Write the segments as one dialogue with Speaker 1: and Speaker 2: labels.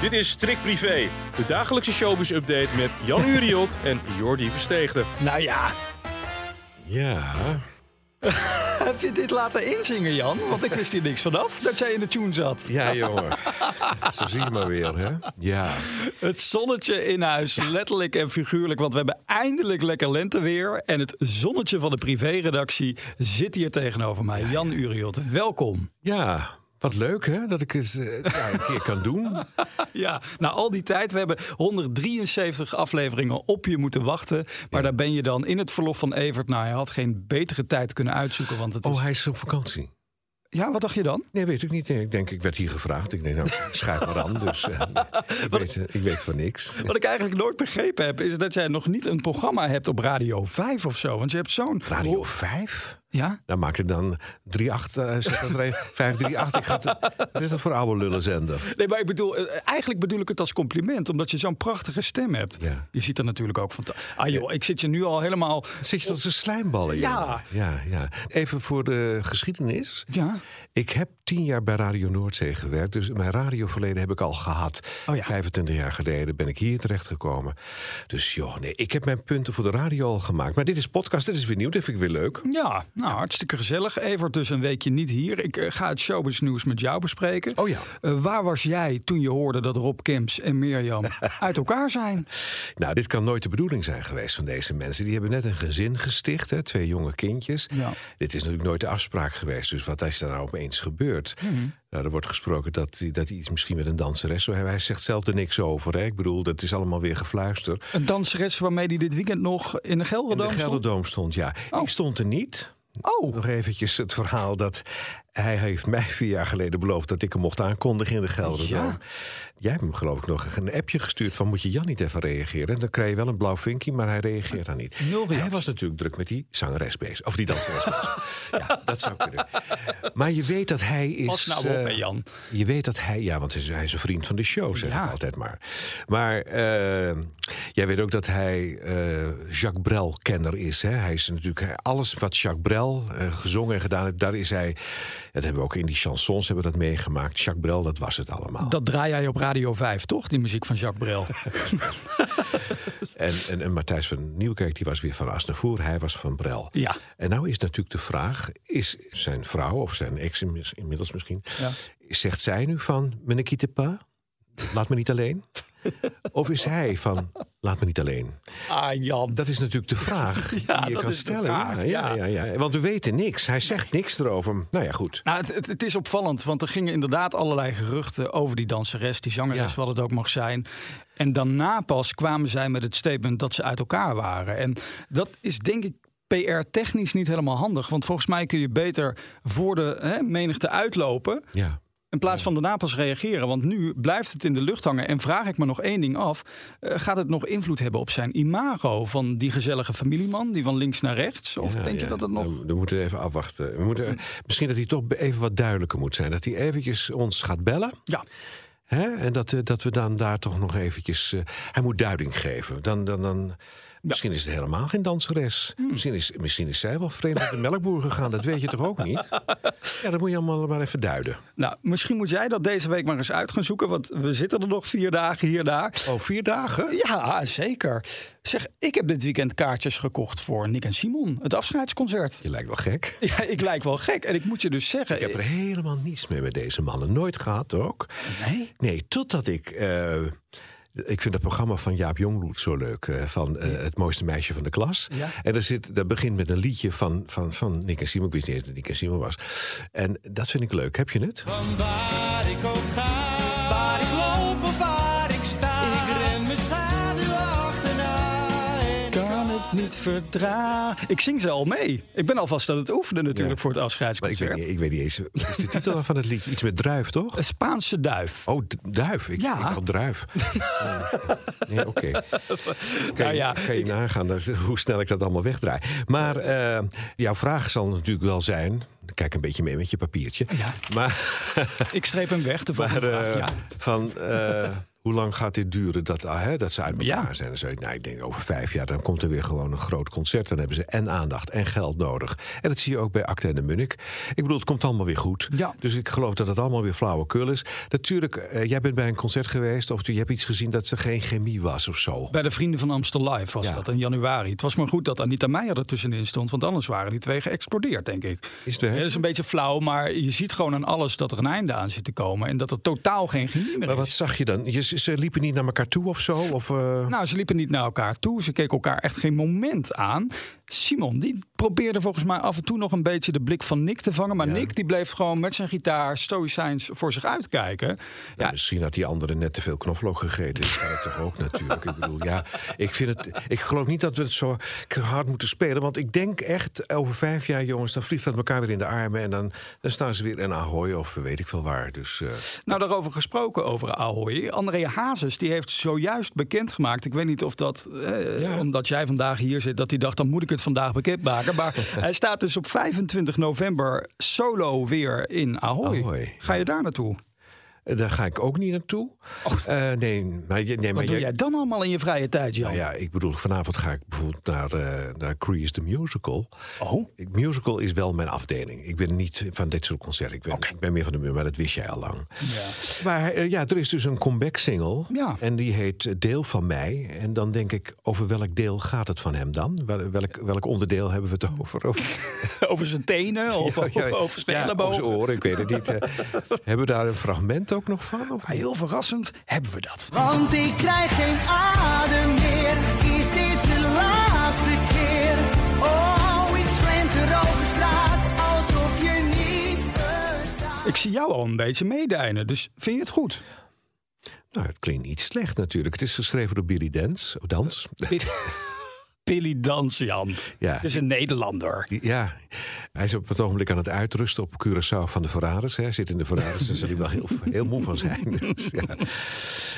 Speaker 1: Dit is Strik Privé, de dagelijkse showbiz-update met Jan Uriot en Jordi Versteegde.
Speaker 2: Nou ja,
Speaker 3: Ja.
Speaker 2: heb je dit laten inzingen, Jan? Want ik wist hier niks vanaf dat jij in de tune zat.
Speaker 3: Ja, jongen. Zo zie je maar weer, hè? Ja.
Speaker 2: Het zonnetje in huis, letterlijk en figuurlijk. Want we hebben eindelijk lekker lenteweer. En het zonnetje van de privéredactie zit hier tegenover mij. Jan Uriot, welkom.
Speaker 3: Ja. Wat leuk, hè? Dat ik het ja, een keer kan doen.
Speaker 2: Ja, na al die tijd, we hebben 173 afleveringen op je moeten wachten. Maar daar ben je dan in het verlof van Evert. Nou, je had geen betere tijd kunnen uitzoeken. Want het is...
Speaker 3: Oh, hij is op vakantie.
Speaker 2: Ja, wat dacht je dan?
Speaker 3: Nee, weet ik niet. Nee, ik denk, ik werd hier gevraagd. Ik denk, nou, schuif maar aan. Dus eh, ik, weet, eh, ik weet van niks.
Speaker 2: Wat ik eigenlijk nooit begrepen heb, is dat jij nog niet een programma hebt op Radio 5 of zo. Want je hebt zo'n...
Speaker 3: Radio 5?
Speaker 2: Ja?
Speaker 3: Nou, maak het dan 38, eh, zeg dat er een, 538. Ik ga het, wat is dat voor oude lullenzender?
Speaker 2: Nee, maar ik bedoel, eh, eigenlijk bedoel ik het als compliment, omdat je zo'n prachtige stem hebt.
Speaker 3: Ja.
Speaker 2: Je ziet er natuurlijk ook van. Ah joh, ik zit je nu al helemaal.
Speaker 3: Zit je tot zijn slijmballen?
Speaker 2: Ja.
Speaker 3: jongen? ja, ja. Even voor de geschiedenis.
Speaker 2: Ja.
Speaker 3: Ik heb tien jaar bij Radio Noordzee gewerkt, dus mijn radioverleden heb ik al gehad.
Speaker 2: Oh ja.
Speaker 3: 25 jaar geleden ben ik hier terechtgekomen. Dus joh, nee, ik heb mijn punten voor de radio al gemaakt. Maar dit is podcast, dit is weer nieuw, dit vind ik weer leuk.
Speaker 2: Ja, nou hartstikke gezellig. Evert dus een weekje niet hier. Ik eh, ga het showbiz nieuws met jou bespreken.
Speaker 3: Oh ja.
Speaker 2: Eh, waar was jij toen je hoorde dat Rob Kemps en Mirjam uit elkaar zijn?
Speaker 3: Nou, dit kan nooit de bedoeling zijn geweest van deze mensen. Die hebben net een gezin gesticht, hè, twee jonge kindjes.
Speaker 2: Ja.
Speaker 3: Dit is natuurlijk nooit de afspraak geweest, dus wat is daar nou opeens gebeurd?
Speaker 2: Hmm.
Speaker 3: Nou, er wordt gesproken dat hij dat hij iets misschien met een danseres zou hebben. Hij zegt zelf er niks over. Hè. Ik bedoel, dat is allemaal weer gefluister.
Speaker 2: Een danseres waarmee die dit weekend nog in de Gelderdoom
Speaker 3: In de
Speaker 2: stond?
Speaker 3: Gelderdoom stond, ja.
Speaker 2: Oh.
Speaker 3: Ik stond er niet.
Speaker 2: Oh,
Speaker 3: Nog eventjes het verhaal dat hij heeft mij vier jaar geleden beloofd dat ik hem mocht aankondigen in de Gelderdoom.
Speaker 2: Ja.
Speaker 3: Jij hebt hem geloof ik nog een appje gestuurd van moet je Jan niet even reageren? En dan krijg je wel een blauw vinkje, maar hij reageert dan niet.
Speaker 2: Nul reactie.
Speaker 3: hij was natuurlijk druk met die zangeres bezig. Of die danseres bezig. Ja, dat zou kunnen. Maar je weet dat hij is...
Speaker 2: pas nou op,
Speaker 3: eh,
Speaker 2: hè, Jan.
Speaker 3: je weet dat hij, ja, want hij is- hij is een vriend van de show, zeg
Speaker 2: Ja.
Speaker 3: ik altijd maar. Maar eh, jij weet ook dat hij eh, Jacques Brel-kenner is. Hè? Hij is natuurlijk hij- alles wat Jacques Brel eh, gezongen en gedaan heeft, daar is hij. Dat hebben we ook in die chansons hebben we dat meegemaakt. Jacques Brel, dat was het allemaal.
Speaker 2: Dat draai jij op Radio 5, toch? Die muziek van Jacques Brel.
Speaker 3: En, en, en Matthijs van Nieuwkerk, die was weer van Asnavoer, hij was van Brel.
Speaker 2: Ja.
Speaker 3: En nou is natuurlijk de vraag: is zijn vrouw, of zijn ex inmiddels- inmiddels misschien,
Speaker 2: Ja.
Speaker 3: zegt zij nu van: me ne quitte pas, laat me niet alleen? Of is hij van: laat me niet alleen?
Speaker 2: Ah, Jan.
Speaker 3: Dat is natuurlijk de vraag
Speaker 2: Ja,
Speaker 3: die je
Speaker 2: dat
Speaker 3: kan
Speaker 2: is de
Speaker 3: stellen.
Speaker 2: vraag,
Speaker 3: ja, ja, ja, ja. Want we weten niks. Hij zegt niks erover. Nou ja, goed.
Speaker 2: Nou, het, het, het is opvallend, want er gingen inderdaad allerlei geruchten over die danseres, die zangeres,
Speaker 3: Ja.
Speaker 2: wat het ook mag zijn. En daarna pas kwamen zij met het statement dat ze uit elkaar waren. En dat is denk ik PR-technisch niet helemaal handig, want volgens mij kun je beter voor de hè, menigte uitlopen.
Speaker 3: Ja.
Speaker 2: In plaats van daarna pas reageren, want nu blijft het in de lucht hangen. En vraag ik me nog één ding af. eh, gaat het nog invloed hebben op zijn imago van die gezellige familieman, die van links naar rechts? Of
Speaker 3: Ja,
Speaker 2: denk je
Speaker 3: ja.
Speaker 2: dat het nog...
Speaker 3: Nou, We, moeten even afwachten. We moeten, misschien dat hij toch even wat duidelijker moet zijn. Dat hij eventjes ons gaat bellen.
Speaker 2: Ja,
Speaker 3: Hè? En dat, eh, dat we dan daar toch nog eventjes... eh, hij moet duiding geven. Dan, dan, dan, Misschien is het helemaal geen danseres. Misschien, is, misschien is zij wel vreemd met de melkboer gegaan. Dat weet je toch ook niet? Ja, dat moet je allemaal maar even duiden.
Speaker 2: Nou, misschien moet jij dat deze week maar eens uit gaan zoeken, want we zitten er nog vier dagen hier daar.
Speaker 3: Oh, vier dagen?
Speaker 2: Ja, zeker. Zeg, ik heb dit weekend kaartjes gekocht voor Nick en Simon, het afscheidsconcert.
Speaker 3: Je lijkt wel gek.
Speaker 2: Ja, ik lijk wel gek en ik moet je dus zeggen.
Speaker 3: Ik heb er helemaal niets mee met deze mannen. Nooit gehad ook.
Speaker 2: Nee?
Speaker 3: Nee, totdat ik... eh, ik vind dat programma van Jaap Jongbloed zo leuk. eh, van eh, Het mooiste meisje van de klas.
Speaker 2: Ja.
Speaker 3: En daar zit, dat begint met een liedje van, van, van Nick en Simon. Ik wist niet eens dat Nick en Simon was. En dat vind ik leuk. Heb je het?
Speaker 4: Van waar ik ook ga, waar ik loop of waar ik sta. Ik ren mijn schaduw achterna. En ik
Speaker 2: Kan het niet verdragen. Ik zing ze al mee. Ik ben alvast aan het oefenen natuurlijk
Speaker 3: Ja.
Speaker 2: voor het
Speaker 3: Maar ik weet,
Speaker 2: afscheidsconcert.
Speaker 3: niet, ik weet niet eens. Wat is de titel van het liedje? Iets met druif, toch?
Speaker 2: Een Spaanse duif.
Speaker 3: Oh, d- duif. Ik,
Speaker 2: Eh, Ja.
Speaker 3: ik had druif. Eh, nee, oké. Kan
Speaker 2: Nou
Speaker 3: je,
Speaker 2: ja,
Speaker 3: kan je nagaan dat- hoe snel ik dat allemaal wegdraai. Maar eh, jouw vraag zal natuurlijk wel zijn... Kijk een beetje mee met je papiertje.
Speaker 2: Ja.
Speaker 3: Maar,
Speaker 2: Ik streep hem weg, de volgende
Speaker 3: maar, eh,
Speaker 2: vraag, ja.
Speaker 3: van... eh, Hoe lang gaat dit duren dat, ah, hè, dat ze uit elkaar
Speaker 2: Ja.
Speaker 3: zijn? Dan zou je, nou, ik denk over vijf jaar, dan komt er weer gewoon een groot concert. Dan hebben ze en aandacht en geld nodig. En dat zie je ook bij Acte en de Munnik. Ik bedoel, het komt allemaal weer goed.
Speaker 2: Ja.
Speaker 3: Dus ik geloof dat het allemaal weer flauwekul is. Natuurlijk, eh, jij bent bij een concert geweest of je hebt iets gezien dat er geen chemie was of zo.
Speaker 2: Bij de Vrienden van Amstel Live was
Speaker 3: Ja.
Speaker 2: dat in januari. Het was maar goed dat Anita Meijer er tussenin stond, want anders waren die twee geëxplodeerd, denk ik.
Speaker 3: Is er,
Speaker 2: Ja, dat is een beetje flauw, maar je ziet gewoon aan alles dat er een einde aan zit te komen. En dat er totaal geen chemie meer
Speaker 3: maar wat
Speaker 2: is.
Speaker 3: zag je dan? Je, ze ze liepen niet naar elkaar toe of zo? Of, eh,
Speaker 2: Nou, ze liepen niet naar elkaar toe. Ze keken elkaar echt geen moment aan. Simon, die probeerde volgens mij af en toe nog een beetje de blik van Nick te vangen. Maar Nick, die bleef gewoon met zijn gitaar stoïcijns voor zich uitkijken.
Speaker 3: Nou,
Speaker 2: Ja,
Speaker 3: Misschien had die andere net te veel knoflook gegeten. Dat kan het toch ook natuurlijk. Ik bedoel, ja, ik, vind het, ik geloof niet dat we het zo hard moeten spelen. Want ik denk echt, over vijf jaar, jongens, dan vliegt dat elkaar weer in de armen. En dan, dan staan ze weer in Ahoy of weet ik veel waar. Dus eh,
Speaker 2: Nou, daarover gesproken, over Ahoy. André Hazes, die heeft zojuist bekendgemaakt. Ik weet niet of dat, eh,
Speaker 3: Ja.
Speaker 2: omdat jij vandaag hier zit, dat hij dacht... dan moet ik het vandaag bekendmaken. Maar hij staat dus op 25 november solo weer in Ahoy.
Speaker 3: Ahoy,
Speaker 2: Ga je daar naartoe?
Speaker 3: eh, daar ga ik ook niet naartoe. Eh, nee, maar, je- nee,
Speaker 2: Oh. Wat
Speaker 3: maar
Speaker 2: doe
Speaker 3: jij-
Speaker 2: jij dan allemaal in je vrije tijd, Jan?
Speaker 3: Nou ja, ik bedoel, vanavond ga ik bijvoorbeeld naar, eh naar Crease the Musical.
Speaker 2: Oh,
Speaker 3: Ik- Musical is wel mijn afdeling. Ik ben niet van dit soort concerten. Ik ben, ik ben meer van de muur, maar dat wist jij al lang. Maar eh, ja, er is dus een comeback single.
Speaker 2: Ja.
Speaker 3: En die heet eh, Deel van mij. En dan denk ik, over welk deel gaat het van hem dan? Wel- Welk, welk onderdeel hebben we het over? Of,
Speaker 2: over zijn tenen of
Speaker 3: Ja, ja,
Speaker 2: over zijn
Speaker 3: ja,
Speaker 2: ellebogen?
Speaker 3: zijn oren, ik weet het niet. eh. hebben we daar een fragment ook nog van? Of?
Speaker 2: Maar Heel verrassend hebben we dat.
Speaker 4: Want ik krijg geen adem meer. Is dit de laatste keer? Oh, ik slenter over straat alsof je niet bestaat.
Speaker 2: Ik zie jou al een beetje meedijnen, dus vind je het goed?
Speaker 3: Nou, het klinkt niet slecht natuurlijk. Het is geschreven door Billy Dance. Oh, Dans.
Speaker 2: Billy Dansjan.
Speaker 3: Ja.
Speaker 2: Het is een Nederlander.
Speaker 3: Ja, hij is op het ogenblik aan het uitrusten op Curaçao van de Verraders. hè. Hij zit in de Verraders, daar zal hij wel heel, heel moe van zijn. Dus, ja.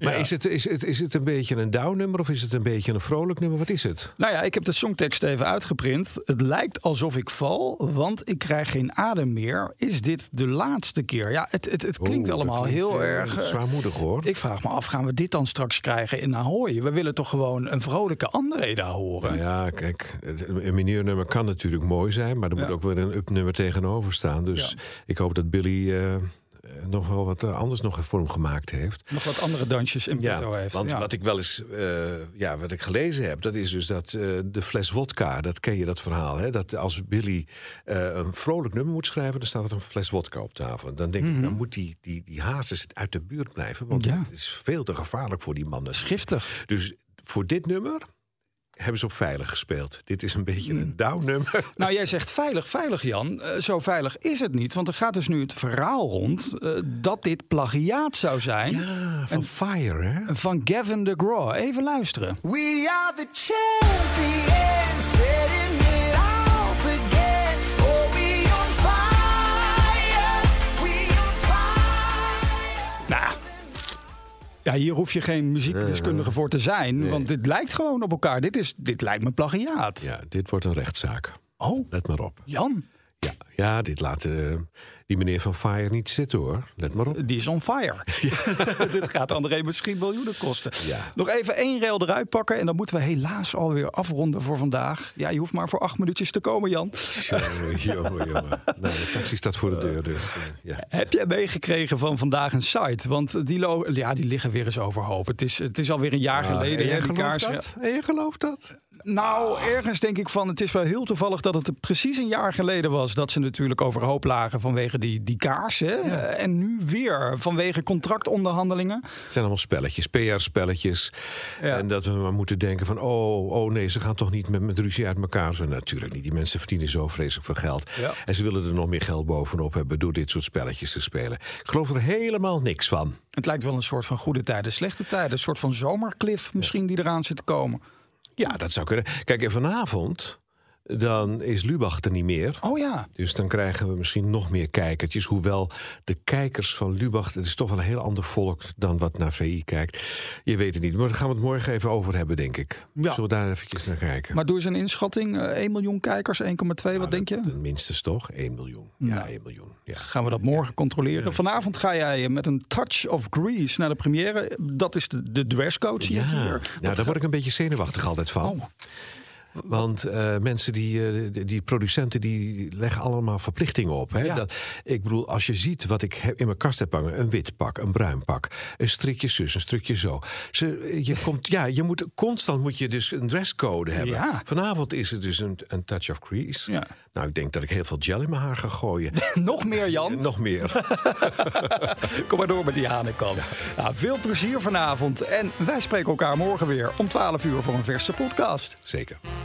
Speaker 3: Maar Is, het, is, het, is het een beetje een down-nummer of is het een beetje een vrolijk nummer? Wat is het?
Speaker 2: Nou ja, ik heb de songtekst even uitgeprint. Het lijkt alsof ik val, want ik krijg geen adem meer. Is dit de laatste keer? Ja, het, het, het klinkt
Speaker 3: Oeh, dat
Speaker 2: allemaal
Speaker 3: klinkt,
Speaker 2: heel
Speaker 3: eh,
Speaker 2: erg. eh,
Speaker 3: Zwaarmoedig hoor.
Speaker 2: ik vraag me af, gaan we dit dan straks krijgen in Ahoy? We willen toch gewoon een vrolijke André daar horen?
Speaker 3: Nou Ja, kijk, het- een mineurnummer kan natuurlijk mooi zijn, maar er moet
Speaker 2: Ja.
Speaker 3: ook weer een up-nummer tegenover staan. Dus ik hoop dat Billy eh, eh, nog wel wat eh, anders nog voor hem gemaakt heeft.
Speaker 2: Nog wat andere dansjes in petto heeft.
Speaker 3: want
Speaker 2: ja.
Speaker 3: wat ik wel eens eh, ja, wat ik gelezen heb, dat is dus dat eh, de fles wodka, dat ken je dat verhaal, hè? dat als Billy eh, een vrolijk nummer moet schrijven, dan staat er een fles wodka op tafel. En dan denk ik, dan moet die, die, die hazes uit de buurt blijven, want
Speaker 2: Ja.
Speaker 3: het is veel te gevaarlijk voor die mannen.
Speaker 2: Giftig.
Speaker 3: Dus voor dit nummer hebben ze op veilig gespeeld. Dit is een beetje een down nummer.
Speaker 2: Nou, jij zegt veilig, veilig Jan. Eh, zo veilig is het niet, want er gaat dus nu het verhaal rond eh, dat dit plagiaat zou zijn
Speaker 3: Ja, van Fire, hè?
Speaker 2: van Gavin DeGraw. Even luisteren.
Speaker 4: We are the champions, setting it off again. Oh, we on fire, we on fire.
Speaker 2: Nou, ja, hier hoef je geen muziekdeskundige voor te zijn, want dit lijkt gewoon op elkaar. Dit, is, dit lijkt me plagiaat.
Speaker 3: Ja, dit wordt een rechtszaak.
Speaker 2: Oh,
Speaker 3: Let maar op.
Speaker 2: Jan,
Speaker 3: Ja, ja dit laat eh, die meneer van Fire niet zitten hoor. Let maar op.
Speaker 2: die is on fire. dit gaat André misschien miljoenen kosten.
Speaker 3: Ja.
Speaker 2: Nog even één rail eruit pakken en dan moeten we helaas alweer afronden voor vandaag. Ja, je hoeft maar voor acht minuutjes te komen, Jan.
Speaker 3: Jongen, jongen, jongen. Nou, de taxi staat voor de deur, dus eh, ja.
Speaker 2: Heb jij meegekregen van vandaag een site? Want die, lo- ja, die liggen weer eens overhoop. Het is, het is alweer een jaar geleden.
Speaker 3: Eh, en
Speaker 2: hè,
Speaker 3: Ah, jij
Speaker 2: die
Speaker 3: gelooft
Speaker 2: kaarsen.
Speaker 3: dat? En jij gelooft dat?
Speaker 2: Nou, ergens denk ik van, het is wel heel toevallig dat het precies een jaar geleden was dat ze natuurlijk overhoop lagen vanwege die, die kaarsen. Eh, En nu weer vanwege contractonderhandelingen.
Speaker 3: Het zijn allemaal spelletjes, PR-spelletjes.
Speaker 2: Ja.
Speaker 3: En dat we maar moeten denken van... oh, oh nee, ze gaan toch niet met, met ruzie uit elkaar. Zo, natuurlijk niet, die mensen verdienen zo vreselijk veel geld.
Speaker 2: Ja.
Speaker 3: En ze willen er nog meer geld bovenop hebben... door dit soort spelletjes te spelen. Ik geloof er helemaal niks van.
Speaker 2: Het lijkt wel een soort van goede tijden, slechte tijden. Een soort van zomerklif misschien die eraan zit te komen.
Speaker 3: Ja, dat zou kunnen. Kijk, en vanavond dan is Lubach er niet meer.
Speaker 2: Oh ja.
Speaker 3: Dus dan krijgen we misschien nog meer kijkertjes. Hoewel de kijkers van Lubach, het is toch wel een heel ander volk dan wat naar VI kijkt. Je weet het niet, maar daar gaan we het morgen even over hebben, denk ik.
Speaker 2: Ja.
Speaker 3: Zullen we daar eventjes naar kijken?
Speaker 2: Maar doe eens een inschatting. eh, 1 minjoen kijkers, 1,2, wat
Speaker 3: Nou,
Speaker 2: denk je?
Speaker 3: Minstens toch? 1 miljoen. Ja,
Speaker 2: Nou.
Speaker 3: 1 miljoen. Ja.
Speaker 2: Gaan we dat morgen controleren. Vanavond ga jij eh, met een touch of grease naar de première. Dat is de, de dresscode, zie ik
Speaker 3: Ja,
Speaker 2: hier.
Speaker 3: nou, daar word ik een beetje zenuwachtig altijd van.
Speaker 2: Oh.
Speaker 3: Want eh, mensen die, eh, die- die producenten, die leggen allemaal verplichtingen op. Hè?
Speaker 2: Ja.
Speaker 3: Dat, ik bedoel, als je ziet wat ik heb, in mijn kast heb hangen: een wit pak, een bruin pak, een strikje zus, een strikje zo. Ze, je komt, ja, je moet, constant moet je dus een dresscode hebben.
Speaker 2: Ja.
Speaker 3: Vanavond is het dus een, een touch of crease.
Speaker 2: Ja.
Speaker 3: Nou, ik denk dat ik heel veel gel in mijn haar ga gooien.
Speaker 2: Nog meer Jan.
Speaker 3: Nog meer.
Speaker 2: Kom maar door met die hanenkam. Nou, veel plezier vanavond. En wij spreken elkaar morgen weer om 12 uur voor een verse podcast.
Speaker 3: Zeker.